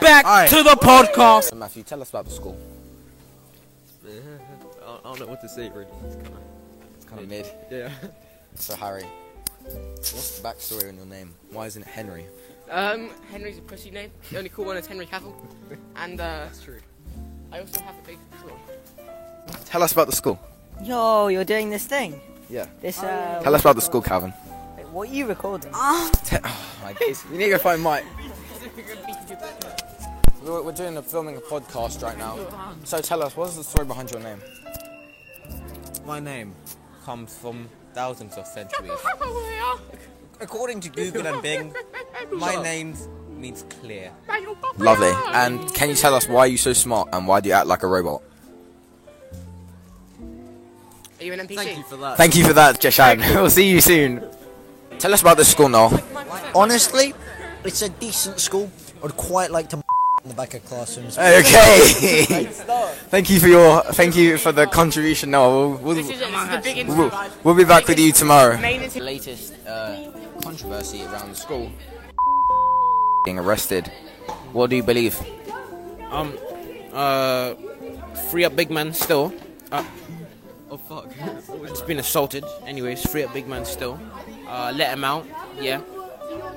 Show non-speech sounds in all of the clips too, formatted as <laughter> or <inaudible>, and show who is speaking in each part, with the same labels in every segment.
Speaker 1: back
Speaker 2: All right.
Speaker 1: to the podcast.
Speaker 2: Matthew, tell us about the school.
Speaker 3: I don't know what to say, really. It's kind of,
Speaker 2: It's kind of mid.
Speaker 3: yeah.
Speaker 2: So Harry, what's the backstory on your name? Why isn't it Henry?
Speaker 4: Um, Henry's a pussy name. The only cool one is Henry Cavill. And uh,
Speaker 3: That's true.
Speaker 4: I also have a big claw.
Speaker 2: Tell us about the school.
Speaker 5: Yo, you're doing this thing.
Speaker 2: Yeah.
Speaker 5: This,
Speaker 6: Oh,
Speaker 5: uh.
Speaker 2: Tell us about the school, Calvin.
Speaker 5: wait, what are you recording?
Speaker 2: Te- oh, my days. We need to go find Mike. We're, we're doing a filming a podcast right now. So tell us, what's the story behind your name?
Speaker 7: My name comes from thousands of centuries. According to Google and Bing, my name means clear.
Speaker 2: Lovely. And can you tell us why you so smart and why do you act like a robot?
Speaker 4: Are you an NPC?
Speaker 3: Thank you for that.
Speaker 2: Thank you for that, Jeshan. <laughs> we'll see you soon. Tell us about the school, Noel.
Speaker 8: Honestly, it's a decent school. I'd quite like to in the back of classrooms.
Speaker 2: Okay. thank you for your thank you for the contribution, Noel. We'll,
Speaker 4: This
Speaker 2: we'll,
Speaker 4: is, this is the big
Speaker 2: we'll,
Speaker 4: interview.
Speaker 2: we'll be back with you tomorrow.
Speaker 4: Main interview.
Speaker 2: latest uh, controversy around the school being arrested. What do you believe?
Speaker 9: Uh, free up big man still.
Speaker 3: Oh fuck.
Speaker 9: Just been assaulted. Anyways, free up big man still. Uh, let him out. Yeah.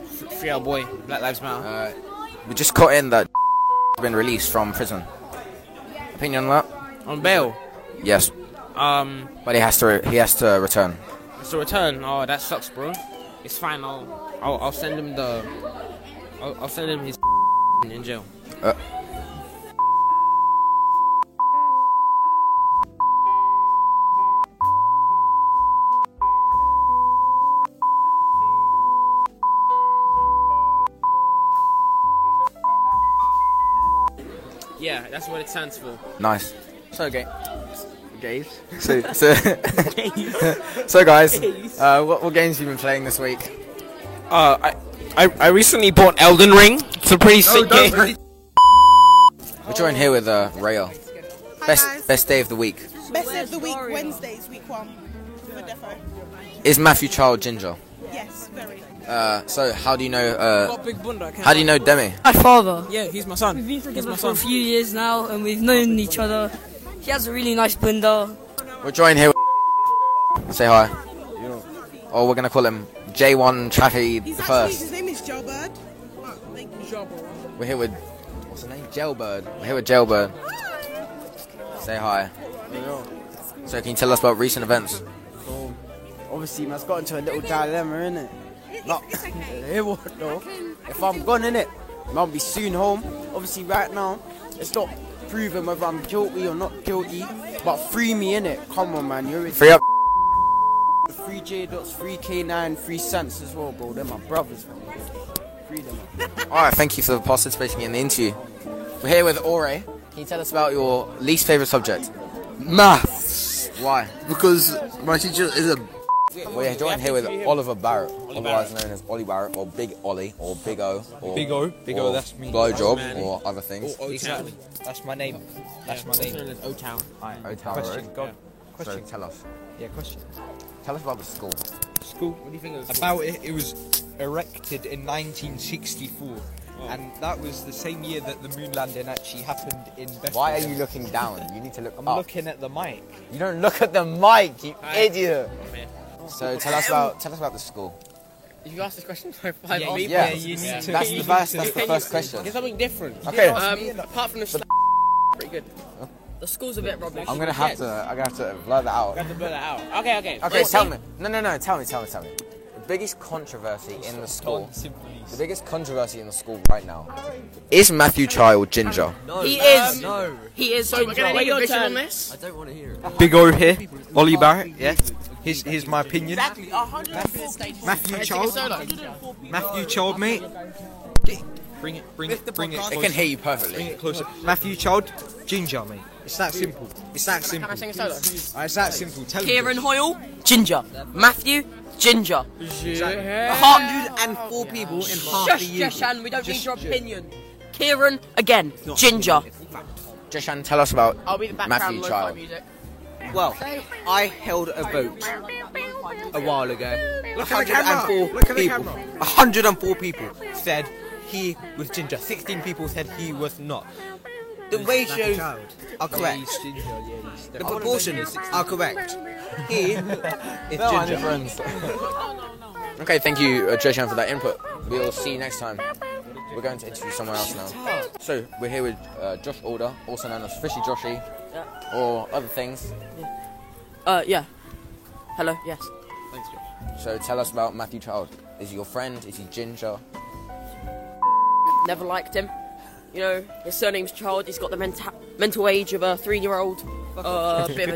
Speaker 9: F- free our boy. Black Lives Matter.
Speaker 2: Uh, we just caught in that <laughs> has been released from prison. Opinion on that?
Speaker 3: Uh,
Speaker 9: On bail.
Speaker 2: Yes,
Speaker 9: Um,
Speaker 2: but he has to he has to return.
Speaker 9: it's a return. Oh, that sucks, bro. It's fine. I'll I'll, I'll send him the. I'll, I'll send him his <laughs> in- in jail. Yeah, that's what it stands for.
Speaker 2: Nice.
Speaker 9: So gay. Gays.
Speaker 2: So so <laughs> so guys, uh, what what games have you been playing this week?
Speaker 9: Uh, I, I, I recently bought Elden Ring. It's a pretty sick game.
Speaker 2: We're joined here with uh, Rayo. Best best day of the week
Speaker 10: Best day of the week, Wednesdays, week one. For Defo.
Speaker 2: is Matthew Child Ginger.
Speaker 10: Yes, very.
Speaker 2: Uh, so how do you know? Uh, how do you know Demi?
Speaker 11: My father.
Speaker 1: Yeah, he's my son.
Speaker 11: We've been
Speaker 1: He's my
Speaker 11: together for a
Speaker 1: son.
Speaker 11: few years now, and we've known each other. He has a really nice blender.
Speaker 2: We're joined here. With Say hi. Or we're gonna call him J1 Traffy the
Speaker 10: He's actually,
Speaker 2: first.
Speaker 10: his name is Jailbird. Oh, Thank you.
Speaker 2: We're here with what's her name? Jailbird. We're here with Jailbird. Say hi. So can you tell us about recent events?
Speaker 1: Obviously, man's got into a little dilemma, innit?
Speaker 10: No.
Speaker 1: <laughs>
Speaker 10: It's okay.
Speaker 1: Hey, what though? If I'm gone, innit? And I'll be soon home. Obviously, right now, it's not proven whether I'm guilty or not guilty, but free me, innit? Come on, man. You're
Speaker 2: Free up.
Speaker 1: free J dots, free K9, free Sense as well, bro. They're my brothers, bro. Free them.
Speaker 2: All right. Thank you for participating in the interview. We're here with Ore. Can you tell us about your least favorite subject?
Speaker 7: Maths,
Speaker 2: Why?
Speaker 7: because my teacher is a.
Speaker 2: We're joined here with Oliver Barrett, otherwise known as Ollie Barrett, or Big Ollie, or Big O, or
Speaker 7: Big O, Big O,
Speaker 2: or
Speaker 7: that's me.
Speaker 2: Blowjob, or other things.
Speaker 7: Exactly. That's my name. That's my name.
Speaker 9: O Town.
Speaker 2: O Town Road.
Speaker 7: Go. on.
Speaker 2: So
Speaker 7: Question.
Speaker 2: tell us.
Speaker 7: Yeah, question.
Speaker 2: Tell us about the school.
Speaker 7: School.
Speaker 9: What do you think of
Speaker 7: About it, it was erected in 1964. And that was the same year that the moon landing actually happened in Bethlehem.
Speaker 2: Why are you looking down? You need to look
Speaker 7: I'm
Speaker 2: up.
Speaker 7: looking at the mic.
Speaker 2: You don't look at the mic, you
Speaker 9: Hi.
Speaker 2: idiot.
Speaker 9: here.
Speaker 2: So tell us about tell us about the
Speaker 7: <laughs>
Speaker 2: school.
Speaker 4: If you ask this question <laughs> for five
Speaker 7: Yeah,
Speaker 4: minutes.
Speaker 2: Yeah,
Speaker 7: you need to.
Speaker 2: That's the first. That's the
Speaker 4: Can
Speaker 2: first
Speaker 4: you-
Speaker 2: question.
Speaker 9: Get something different.
Speaker 2: Okay,
Speaker 4: Um, apart from the st- pretty good. The school's a bit rubbish.
Speaker 2: I'm gonna have to. I'm gonna have to blur that out.
Speaker 9: Have to blur that out. Okay, okay.
Speaker 2: Okay, tell me. No, no, no. Tell me. Tell me. Tell me. The biggest controversy in the school. The biggest controversy in the school right now is Matthew Child Ginger.
Speaker 11: he is.
Speaker 3: No,
Speaker 11: He is.
Speaker 4: So we're gonna need a vision on this.
Speaker 3: I don't want to hear it.
Speaker 7: Big O here, Ollie Barrett. Yeah. Here's, here's my opinion.
Speaker 4: Exactly. Matthew Solo.
Speaker 7: Matthew Child, mate. Bring it, bring it, bring it.
Speaker 2: They can hear you perfectly.
Speaker 7: it closer. Matthew Child, ginger, mate. It's that simple. It's that
Speaker 4: Can
Speaker 7: simple.
Speaker 4: I
Speaker 7: Uh,
Speaker 4: sing a solo?
Speaker 7: It's that simple. Tell
Speaker 11: Kieran Hoyle, Ginger. Matthew, Ginger.
Speaker 7: 104 people in half
Speaker 11: Shush, Jeshan, we don't need your opinion. Kieran, again, Ginger.
Speaker 2: Jeshan, tell us about
Speaker 4: I'll be the
Speaker 2: Matthew
Speaker 4: background lo-fi
Speaker 2: Child.
Speaker 4: music.
Speaker 7: Well, I held a vote a while ago. Look 104 people. 104 people said he was ginger. 16 people said he was not. The ratios are correct. The proportions are correct. He is
Speaker 2: No, I'm
Speaker 7: ginger.
Speaker 2: Okay, thank you, uh, Jay Chan, for that input. We'll see you next time. We're going to interview someone else now. So, we're here with uh, Josh Alder, also known as Fishy Joshy, or other things.
Speaker 4: Uh, yeah. Hello, yes.
Speaker 3: Thanks, Josh.
Speaker 2: So, tell us about Matthew Child. Is he your friend? Is he ginger?
Speaker 4: Never liked him. You know, his surname's Child. He's got the menta- mental age of a three-year-old. Uh, bit of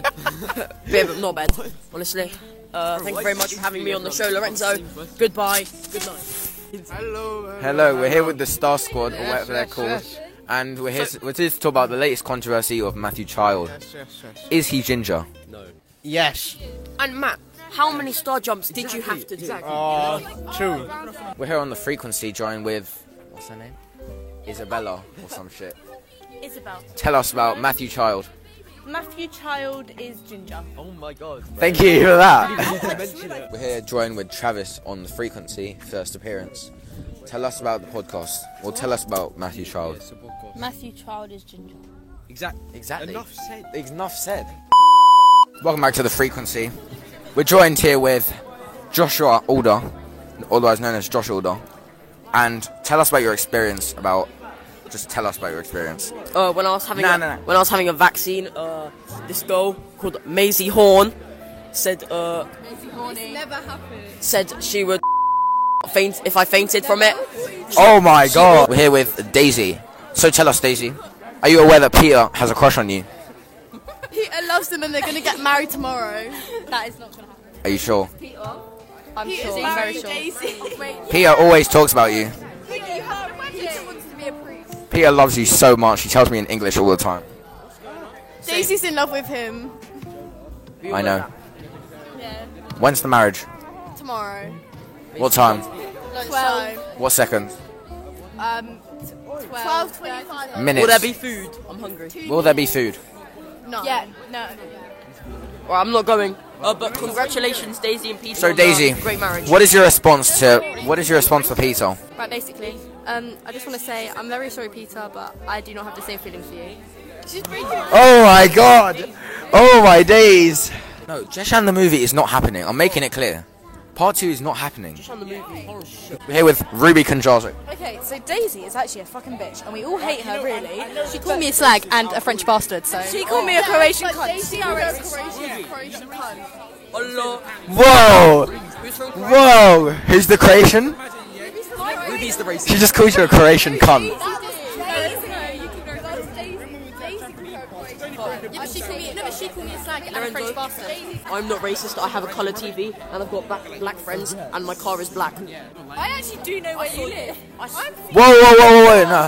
Speaker 4: a, bit of a knobhead, honestly. Uh, thank you very much for having me on the show, Lorenzo. Goodbye. Good night.
Speaker 2: Hello, we're here with the Star Squad, or whatever they're called. And we're here, to, we're here to talk about the latest controversy of Matthew Child. Is he ginger?
Speaker 12: Yes.
Speaker 4: And Matt, how many star jumps did you have to do?
Speaker 12: Uh, two.
Speaker 2: We're here on the frequency join with, what's her name? Isabella, or some shit.
Speaker 6: Isabel.
Speaker 2: Tell us about Matthew Child.
Speaker 6: Matthew Child is ginger.
Speaker 3: Oh my god.
Speaker 2: Thank you for
Speaker 3: Mention
Speaker 2: that.
Speaker 3: it.
Speaker 2: <laughs> We're here joined with Travis on the frequency first appearance. Tell us about the podcast, or tell us about Matthew Child.
Speaker 6: Matthew Child is ginger.
Speaker 3: Exactly.
Speaker 2: Exactly.
Speaker 3: Enough said.
Speaker 2: Enough said. Welcome back to the frequency. We're joined here with Joshua Alder, otherwise known as Josh Alder, and tell us about your experience. About just tell us about your experience.
Speaker 4: Uh, when I was having
Speaker 2: No,
Speaker 4: a,
Speaker 2: no, no.
Speaker 4: when I was having a vaccine, uh, this girl called Maisie Horn said uh,
Speaker 6: This never happened.
Speaker 4: said she would <laughs> faint if I fainted from it.
Speaker 2: Oh my God! We're here with Daisy. So tell us, Daisy, are you aware that Peter has a crush on you?
Speaker 6: Peter loves them and they're going to get married tomorrow. that is not going to happen.
Speaker 2: Are you sure?
Speaker 6: Peter? I'm
Speaker 13: Peter's
Speaker 6: sure.
Speaker 13: married
Speaker 6: very sure. <laughs> Wait,
Speaker 2: <laughs> Peter always talks about you.
Speaker 6: Peter wants to be a priest.
Speaker 2: Peter loves you so much. He tells me in English all the time.
Speaker 13: Daisy's in love with him.
Speaker 2: I know.
Speaker 13: Yeah.
Speaker 2: When's the marriage?
Speaker 13: Tomorrow.
Speaker 2: What time?
Speaker 13: Twelve.
Speaker 2: What second?
Speaker 13: Um. t- Twelve twenty-five.
Speaker 2: Minutes.
Speaker 4: Will there be food? I'm hungry.
Speaker 2: Will there be food?
Speaker 13: No. Yeah. No.
Speaker 4: Well, I'm not going. Uh, but congratulations, Daisy and Peter.
Speaker 2: So
Speaker 4: on the
Speaker 2: Daisy,
Speaker 4: great marriage.
Speaker 2: what is your response to what is your response for Peter?
Speaker 13: Right. Basically, um, I just want to say I'm very sorry, Peter, but I do not have the same feelings for you. She's breaking.
Speaker 2: Oh my god! Oh my days! No, Jeshan the movie is not happening. I'm making it clear. Part two is not happening. We're here with Ruby Konjazo.
Speaker 13: Okay, so Daisy is actually a fucking bitch, and we all hate her, really. She called me a slag and a French bastard, so.
Speaker 6: She called me a Croatian cunt.
Speaker 13: Oh, Daisy
Speaker 6: No,
Speaker 13: was
Speaker 6: it's-
Speaker 13: Croatian, Croatian cunt.
Speaker 4: Hello.
Speaker 2: Whoa! Whoa! Who's the creation?
Speaker 3: Ruby's the racist.
Speaker 2: She just calls you a Croatian cunt.
Speaker 13: Yeah, but she called me, no, but she called me a slag and a French bastard.
Speaker 4: I'm not racist. I have a colour TV and I've got black, black friends and my car is black.
Speaker 13: I actually do know where you live. I'm
Speaker 2: Whoa, whoa, whoa, whoa,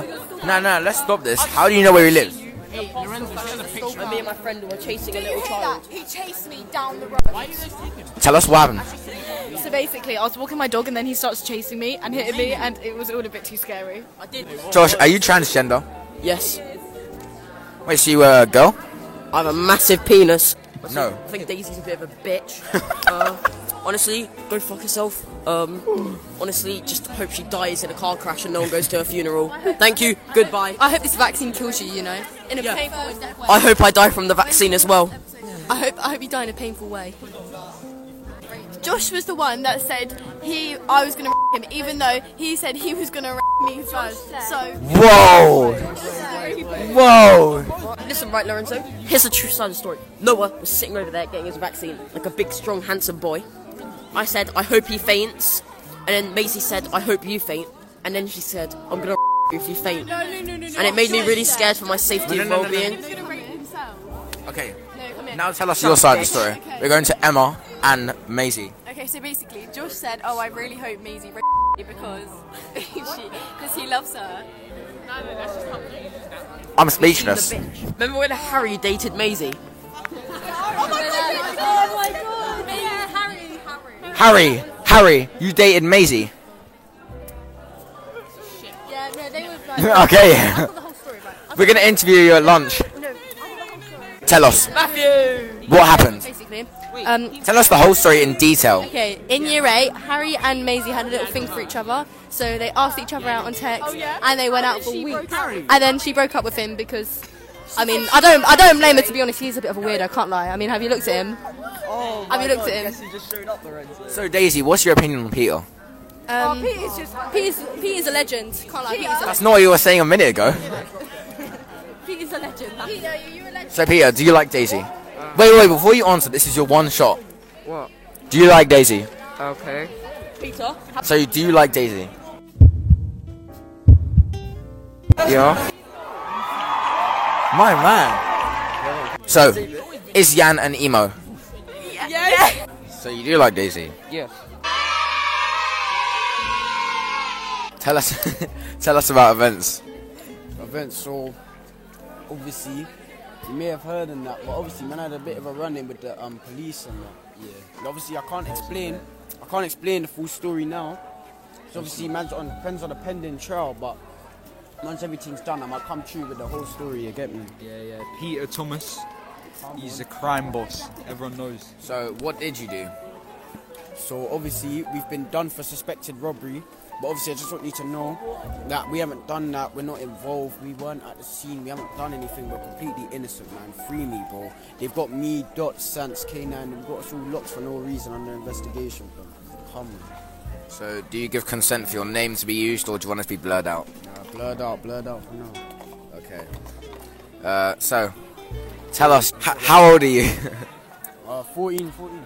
Speaker 2: whoa, no. No, no, let's stop this. How do you know where he lives?
Speaker 4: And me and my friend were chasing a little child.
Speaker 13: He chased me down the road.
Speaker 2: Tell us what happened.
Speaker 13: So basically, I was walking my dog and then he starts chasing me and hitting me, and it was all a bit too scary. I did.
Speaker 2: Josh, are you transgender?
Speaker 4: Yes.
Speaker 2: Wait, so you were a girl?
Speaker 4: I have a massive penis.
Speaker 2: No.
Speaker 4: I think Daisy's a bit of a bitch. uh, honestly, go fuck herself. Um, honestly, just hope she dies in a car crash and no one goes to her funeral. Thank you. Goodbye.
Speaker 13: I hope this vaccine kills you, you know. In a
Speaker 4: Yeah.
Speaker 13: painful
Speaker 4: I hope I die from the vaccine as well.
Speaker 13: I hope I hope you die in a painful way. Josh was the one that said he I was gonna him, even though he said he was gonna me first. So
Speaker 2: Whoa! Whoa!
Speaker 4: Listen, right, Lorenzo. Here's the true side of the story. Noah was sitting over there getting his vaccine, like a big, strong, handsome boy. I said, I hope he faints. And then Maisie said, I hope you faint. And then she said, I'm gonna you if you faint. and it made me really scared for my safety
Speaker 2: No,
Speaker 4: and
Speaker 2: no, no, no, no.
Speaker 4: well-being.
Speaker 2: Okay. Now tell us your side of the story. We're going to Emma and Maisie.
Speaker 13: Okay, so basically Josh said, Oh I really hope Maisie because <laughs> she because he loves her. No, no, that's just not
Speaker 2: I'm speechless.
Speaker 4: Remember when Harry dated Maisie?
Speaker 13: Oh my god! Oh my god! Yeah, Harry, Harry.
Speaker 2: Harry, Harry, you dated Maisie.
Speaker 13: Yeah, no, they were <laughs>
Speaker 2: okay. We're gonna interview you at lunch. Tell us
Speaker 4: Matthew!
Speaker 2: what happened.
Speaker 13: Basically, Um,
Speaker 2: Tell us the whole story in detail.
Speaker 13: Okay, in year eight, Harry and Maisie had a little thing for each other, so they asked each other out on text, Oh, and they went out for weeks. And then she broke up with him because, I mean, I don't, I don't blame her to be honest. He's a bit of a weirdo, I can't lie. I mean, have you looked at him?
Speaker 5: Oh,
Speaker 13: Have you looked at him?
Speaker 2: So Daisy, what's your opinion on Peter?
Speaker 13: Um, Pete is just Pete is, Pete is a legend. Can't lie, Pete is a
Speaker 2: That's not what you were saying a minute ago.
Speaker 13: Pete is a legend. Peter, you a legend.
Speaker 2: So Peter, do you like Daisy? Wait, wait, before you answer, this is your one shot.
Speaker 14: What?
Speaker 2: Do you like Daisy?
Speaker 14: Okay.
Speaker 13: Peter.
Speaker 2: So do you like Daisy? Yeah. My man. So, is Yan an emo?
Speaker 13: Yes.
Speaker 2: So you do like Daisy?
Speaker 14: Yes.
Speaker 2: Tell us, <laughs> tell us about events.
Speaker 1: event. So obviously, you may have heard in that, but obviously, man had a bit of a run in with the um, police and that. Yeah. obviously, I can't explain. I can't explain the full story now. So obviously, man's on man's on a pending trial, but once everything's done, I might come through with the whole story. You get me?
Speaker 14: Yeah, yeah. Uh, Peter Thomas. He's a crime boss. Everyone knows.
Speaker 2: So what did you do?
Speaker 1: So obviously, we've been done for suspected robbery. But obviously, I just want you to know that we haven't done that. We're not involved. We weren't at the scene. We haven't done anything. We're completely innocent, man. Free me, bro. They've got me, Dot, Sans, K9. They've got us all locked for no reason under investigation, bro. Come on.
Speaker 2: So do you give consent for your name to be used, or do you want it to be blurred out?
Speaker 1: Nah, blurred out, blurred out for now.
Speaker 2: Okay. Uh, so, tell us, h- how old are you? <laughs>
Speaker 1: Uh, 14, 14.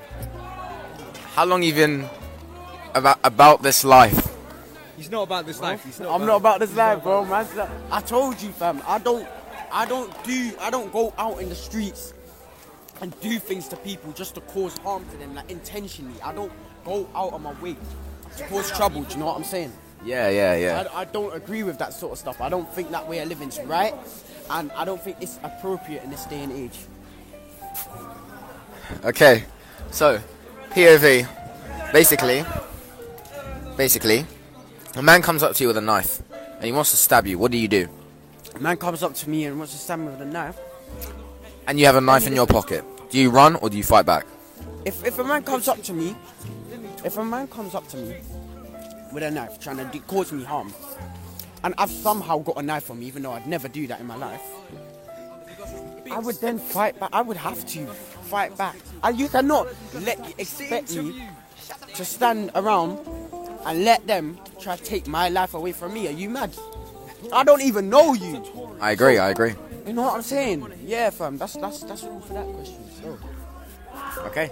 Speaker 2: how long you been about about this life?
Speaker 14: He's not about this life. He's not
Speaker 1: I'm not about this life, bro, man. I told you, fam. I don't, I don't do, I don't go out in the streets and do things to people just to cause harm to them, like intentionally. I don't go out of my way to cause trouble. Do you know what I'm saying?
Speaker 2: Yeah, yeah, yeah.
Speaker 1: I, I don't agree with that sort of stuff. I don't think that way of living's right, and I don't think it's appropriate in this day and age.
Speaker 2: Okay. So, POV. Basically, basically, a man comes up to you with a knife, and he wants to stab you. What do you do?
Speaker 1: A man comes up to me and wants to stab me with a knife.
Speaker 2: And you have a knife in your pocket. Do you run or do you fight back?
Speaker 1: If, if a man comes up to me, if a man comes up to me with a knife trying to do, cause me harm, and I've somehow got a knife on me, even though I'd never do that in my life, I would then fight back. I would have to fight back. And you cannot let you expect me to stand around and let them try to take my life away from me. Are you mad? I don't even know you.
Speaker 2: I agree. I agree.
Speaker 1: You know what I'm saying? Yeah, fam. That's that's that's all for that question. So.
Speaker 2: Okay.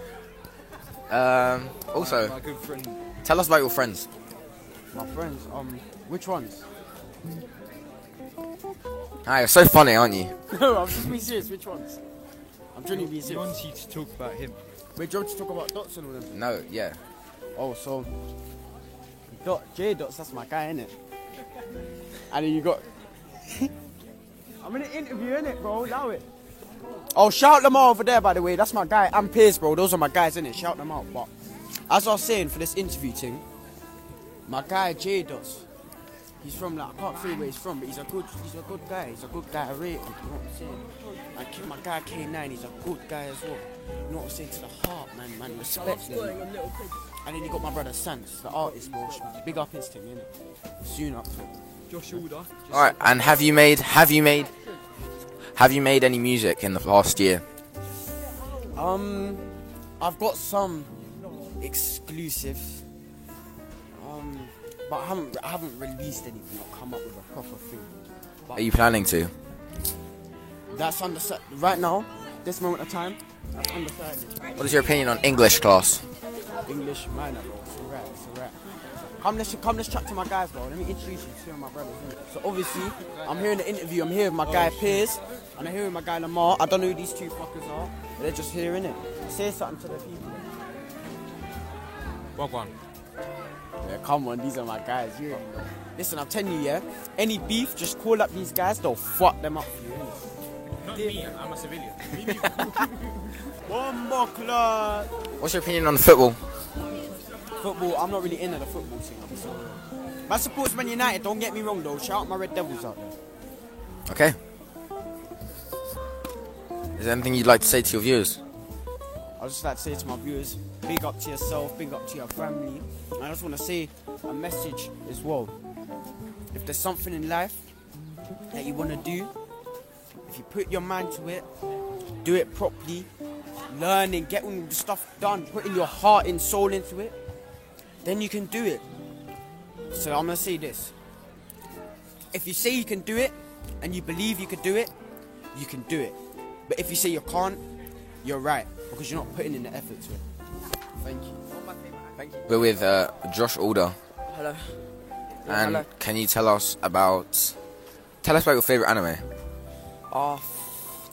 Speaker 2: Um, also,
Speaker 1: My- my good friend.
Speaker 2: tell us about your friends.
Speaker 1: My friends, um, which ones?
Speaker 2: Ah, you're so funny, aren't you?
Speaker 1: no, I'm just being serious. Which ones? I'm trying to be serious.
Speaker 14: He wants you to talk about him.
Speaker 1: Wait, do you want to talk about dots and all them?
Speaker 2: No, yeah.
Speaker 1: Oh, so dot J dots. That's my guy, innit? And then you got. <laughs> I'm in an interview, innit, bro? Allow it. Oh, shout them out over there, by the way. That's my guy. I'm Pierce, bro. Those are my guys, innit? Shout them out. But as I was saying for this interview thing, my guy J dots. He's from like I can't say where he's from, but he's a good he's a good guy. He's a good guy. I rate him. You know what I'm saying? Like my guy K9, he's a good guy as well. You know what I'm saying? To the heart, man, man, respect him. And then you got my brother Sans, the artist, bro. Big up his thing, innit? Soon up to it.
Speaker 14: Josh Alder.
Speaker 2: All right. And have you made? Have you made? Have you made any music in the past year?
Speaker 1: Um, I've got some exclusives. Um, but I haven't I haven't released anything or come up with a proper thing. But
Speaker 2: Are you planning to?
Speaker 1: That's under right now, this moment of time. That's undecided.
Speaker 2: What is your opinion on English class?
Speaker 1: English minor, bro. It's a rap. It's a rap. Come let's come let's chat to my guys, bro. Let me introduce you to two of my brothers. innit? So obviously, I'm here in the interview. I'm here with my guy Piers, and I'm here with my guy Lamar. I don't know who these two fuckers are. but They're just here, innit? Say something to the people.
Speaker 14: What one?
Speaker 1: Yeah, come on, these are my guys. You listen, I'm telling you, yeah. Any beef, just call up these guys. They'll fuck them up for you.
Speaker 14: Not me. I'm
Speaker 1: <laughs>
Speaker 14: a civilian.
Speaker 1: One more club.
Speaker 2: What's your opinion on football?
Speaker 1: Football, I'm not really into the football thing. I'm sorry. My supports Man United, don't get me wrong though. Shout out my Red Devils out there.
Speaker 2: Okay. Is there anything you'd like to say to your viewers?
Speaker 1: I just like to say to my viewers, big up to yourself, big up to your family. And I just want to say a message as well. If there's something in life that you want to do, if you put your mind to it, do it properly, learn and get all the stuff done, putting your heart and soul into it, then you can do it. So I'm gonna say this. If you say you can do it and you believe you could do it, you can do it. But if you say you can't, you're right because you're not putting in the effort to it. Thank you. Thank you.
Speaker 2: We're with uh, Josh Alder.
Speaker 4: Hello. Yeah,
Speaker 2: And
Speaker 4: hello.
Speaker 2: can you tell us about? Tell us about your favorite anime.
Speaker 4: Uh,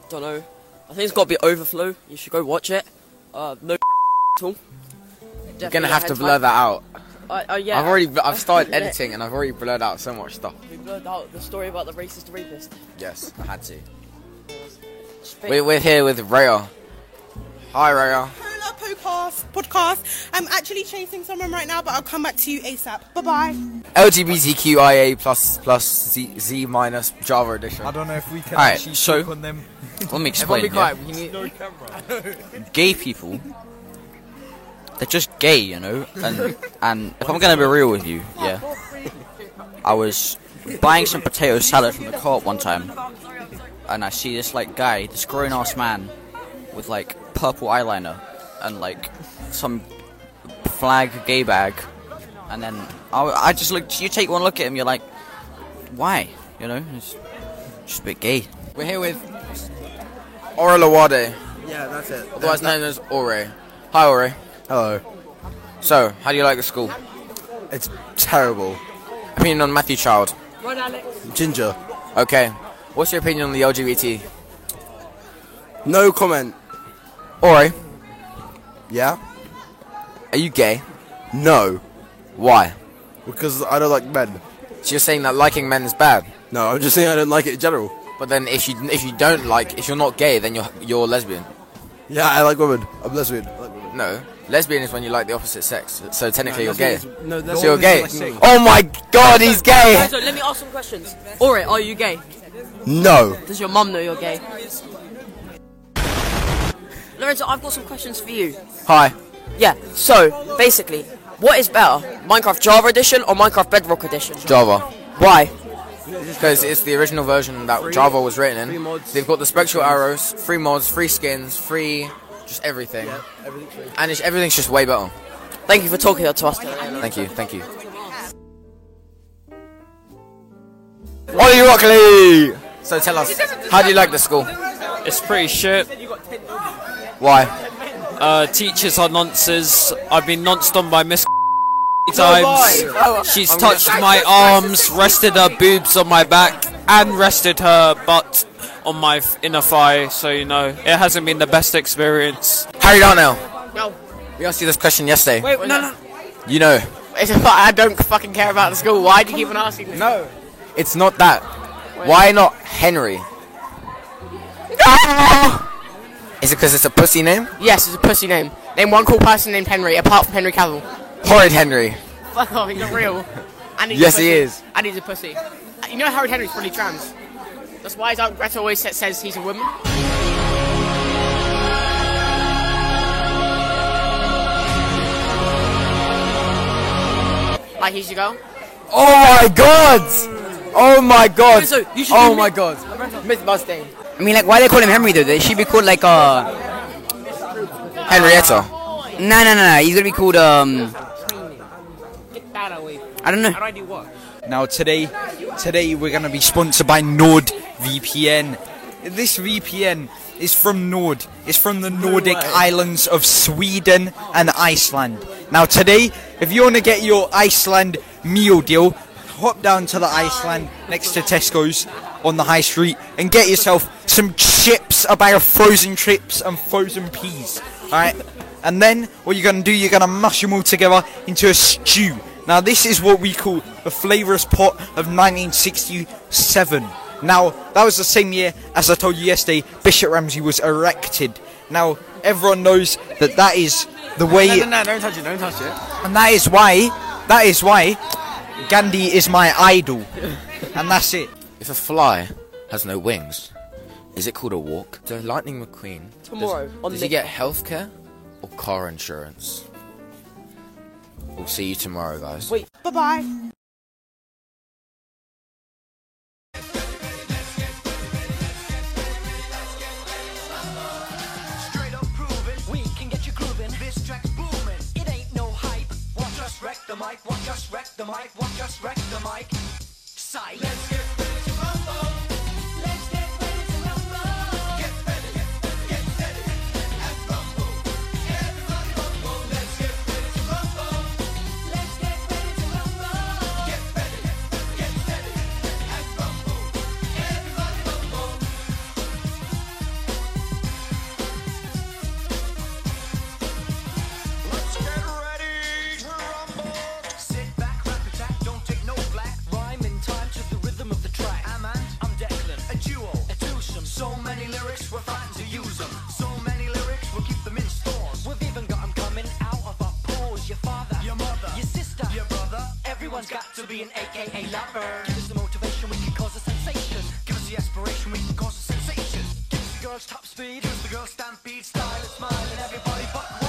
Speaker 4: don't know. I think it's got to be Overflow. You should go watch it. Uh, no <laughs> at all.
Speaker 2: You're gonna have to blur that out.
Speaker 4: Uh, uh, yeah.
Speaker 2: I've
Speaker 4: <laughs>
Speaker 2: already I've started <laughs>
Speaker 4: Yeah.
Speaker 2: editing and I've already blurred out so much stuff.
Speaker 4: We blurred out the story about the racist rapist.
Speaker 2: Yes, I had to.
Speaker 4: Spit.
Speaker 2: We're, we're here with Raya. Hi, Raya.
Speaker 10: Polar podcast. Podcast. I'm actually chasing someone right now, but I'll come back to you ASAP. Bye bye.
Speaker 2: LGBTQIA plus plus Z, Z minus Java edition. I
Speaker 14: don't know if we can
Speaker 2: Alright,
Speaker 14: actually
Speaker 2: so
Speaker 14: click on them.
Speaker 2: let me explain. yeah?
Speaker 14: no camera.
Speaker 15: <laughs> gay people they're just gay you know and and if i'm gonna be real with you yeah i was buying some potato salad from the co-op one time and i see this like guy this grown-ass man with like purple eyeliner and like some flag gay bag and then i, I just looked you take one look at him you're like why you know it's just a bit gay
Speaker 2: We're here with Ora Lawade,
Speaker 16: Yeah, that's it.
Speaker 2: otherwise known as Ore. Hi, Ore. Hello. So, how do you like the school? It's terrible. Opinion on Matthew Child.
Speaker 4: Right, Alex.
Speaker 2: Ginger. Okay. What's your opinion on the LGBT?
Speaker 16: No comment.
Speaker 2: Ore,
Speaker 16: Yeah?
Speaker 2: are you gay?
Speaker 16: No.
Speaker 2: Why?
Speaker 16: Because I don't like men.
Speaker 2: So you're saying that liking men is bad?
Speaker 16: No, I'm just saying I don't like it in general.
Speaker 2: But then, if you if you don't like, if you're not gay, then you're you're lesbian.
Speaker 16: Yeah, I like women. I'm lesbian. I like women.
Speaker 2: No, lesbian is when you like the opposite sex. So technically,
Speaker 16: No,
Speaker 2: you're gay.
Speaker 16: lesbian is- no,
Speaker 2: so you're gay.
Speaker 16: lesbian is like-
Speaker 2: oh my God, he's gay.
Speaker 4: So let me ask some questions. Alright, are you gay?
Speaker 16: No.
Speaker 4: Does your mum know you're gay? Lorenzo, I've got some questions for you.
Speaker 2: Hi.
Speaker 4: Yeah, so basically, what is better, Minecraft Java Edition or Minecraft Bedrock Edition?
Speaker 2: Java.
Speaker 4: Why?
Speaker 2: Because it's the original version that Java was written in. They've got the spectral arrows, free mods, free skins, free just everything. And it's, everything's just way better.
Speaker 4: Thank you for talking to us.
Speaker 2: Thank you, thank you. Ollie Rockley! So tell us, how do you like the school?
Speaker 17: It's pretty shit.
Speaker 2: Why?
Speaker 17: Uh, teachers are nonces. I've been nonced on by Miss <laughs>
Speaker 2: lie.
Speaker 17: times. She's
Speaker 2: I'm gonna-
Speaker 17: touched my arms, rested her boobs on my back, and rested her butt on my f- inner thigh. So you know, it hasn't been the best experience.
Speaker 2: Harry Darnell.
Speaker 4: No.
Speaker 2: We asked you this question yesterday.
Speaker 17: Wait, no,
Speaker 4: no.
Speaker 2: You know,
Speaker 4: <laughs> I don't fucking care about the school. Why do you keep on asking this? No.
Speaker 2: it's not that. Why not Henry? Ah! Is it because it's a pussy name?
Speaker 4: Yes, it's a pussy name. Name one cool person named Henry, apart from Henry <laughs> Cavill.
Speaker 2: Horrid Henry.
Speaker 4: Fuck off, he's not Oh, real. And he's a
Speaker 2: Yes, he
Speaker 4: pussy.
Speaker 2: is.
Speaker 4: And he's a pussy. You know Harry Henry's probably trans. That's why his aunt Greta always sa- says he's a woman. Like, he's your girl.
Speaker 2: Oh my god! Oh my god!
Speaker 4: Lorenzo, you should
Speaker 2: Oh
Speaker 4: do
Speaker 2: my
Speaker 4: Mick-
Speaker 2: god!
Speaker 4: Miss Mustang.
Speaker 15: I mean, like, why they call him Henry though? They should be called like uh.
Speaker 2: Henrietta.
Speaker 15: No, no, no, no. He's gonna be called um.
Speaker 4: Get that away.
Speaker 15: I don't know.
Speaker 4: How do I do what?
Speaker 14: Now today, today we're going to be sponsored by NordVPN. This VPN is from Nord. It's from the Nordic islands of Sweden and Iceland. Now today, if you want to get your Iceland meal deal, hop down to the Iceland next to Tesco's on the high street and get yourself some chips, a bag of frozen chips and frozen peas. All right. And then what you're gonna do, you're gonna mush them all together into a stew. Now this is what we call a flavourous pot of 1967. Now that was the same year as I told you yesterday, Bishop Ramsey was erected. Now everyone knows that that is the way.
Speaker 3: No, no, no, don't touch it, don't touch it.
Speaker 14: And that is why, that is why, Gandhi is my idol. And that's it.
Speaker 2: If a fly has no wings, is it called a walk? So Lightning McQueen.
Speaker 4: Tomorrow,
Speaker 2: Does,
Speaker 4: on
Speaker 2: does
Speaker 4: the-
Speaker 2: he get healthcare?
Speaker 18: or car insurance. We'll see you tomorrow, guys.
Speaker 19: Wait.
Speaker 10: Bye bye.
Speaker 2: We can get you grooving. This track's booming. It ain't no hype. Watch us wreck the mic. Watch us wreck the mic. Watch us wreck the mic. Psych. Let's get ready to rumble. Let's get ready to rumble. Get ready, get ready, get ready, and rumble. Everybody rumble. Let's get ready to rumble. Let's get ready to rumble. Get ready, get ready, get ready, and rumble. Everybody rumble. Let's get ready to rumble. Sit back, rap attack, don't take no flack. Rhyme in time to the rhythm of the track. I'm and I'm Declan, a duo, a twosome. So many lyrics, we're frightened to use them. So many lyrics, we'll keep them in stores. We've even got 'em coming out of our pores. Your father, your mother, your sister, your brother. Everyone's got to be an AKA lover. Give us the motivation, we can cause a sensation. Give us the aspiration, we can cause a sensation. Give us the girls top speed, give us the girls stampede style and smile, and everybody but one.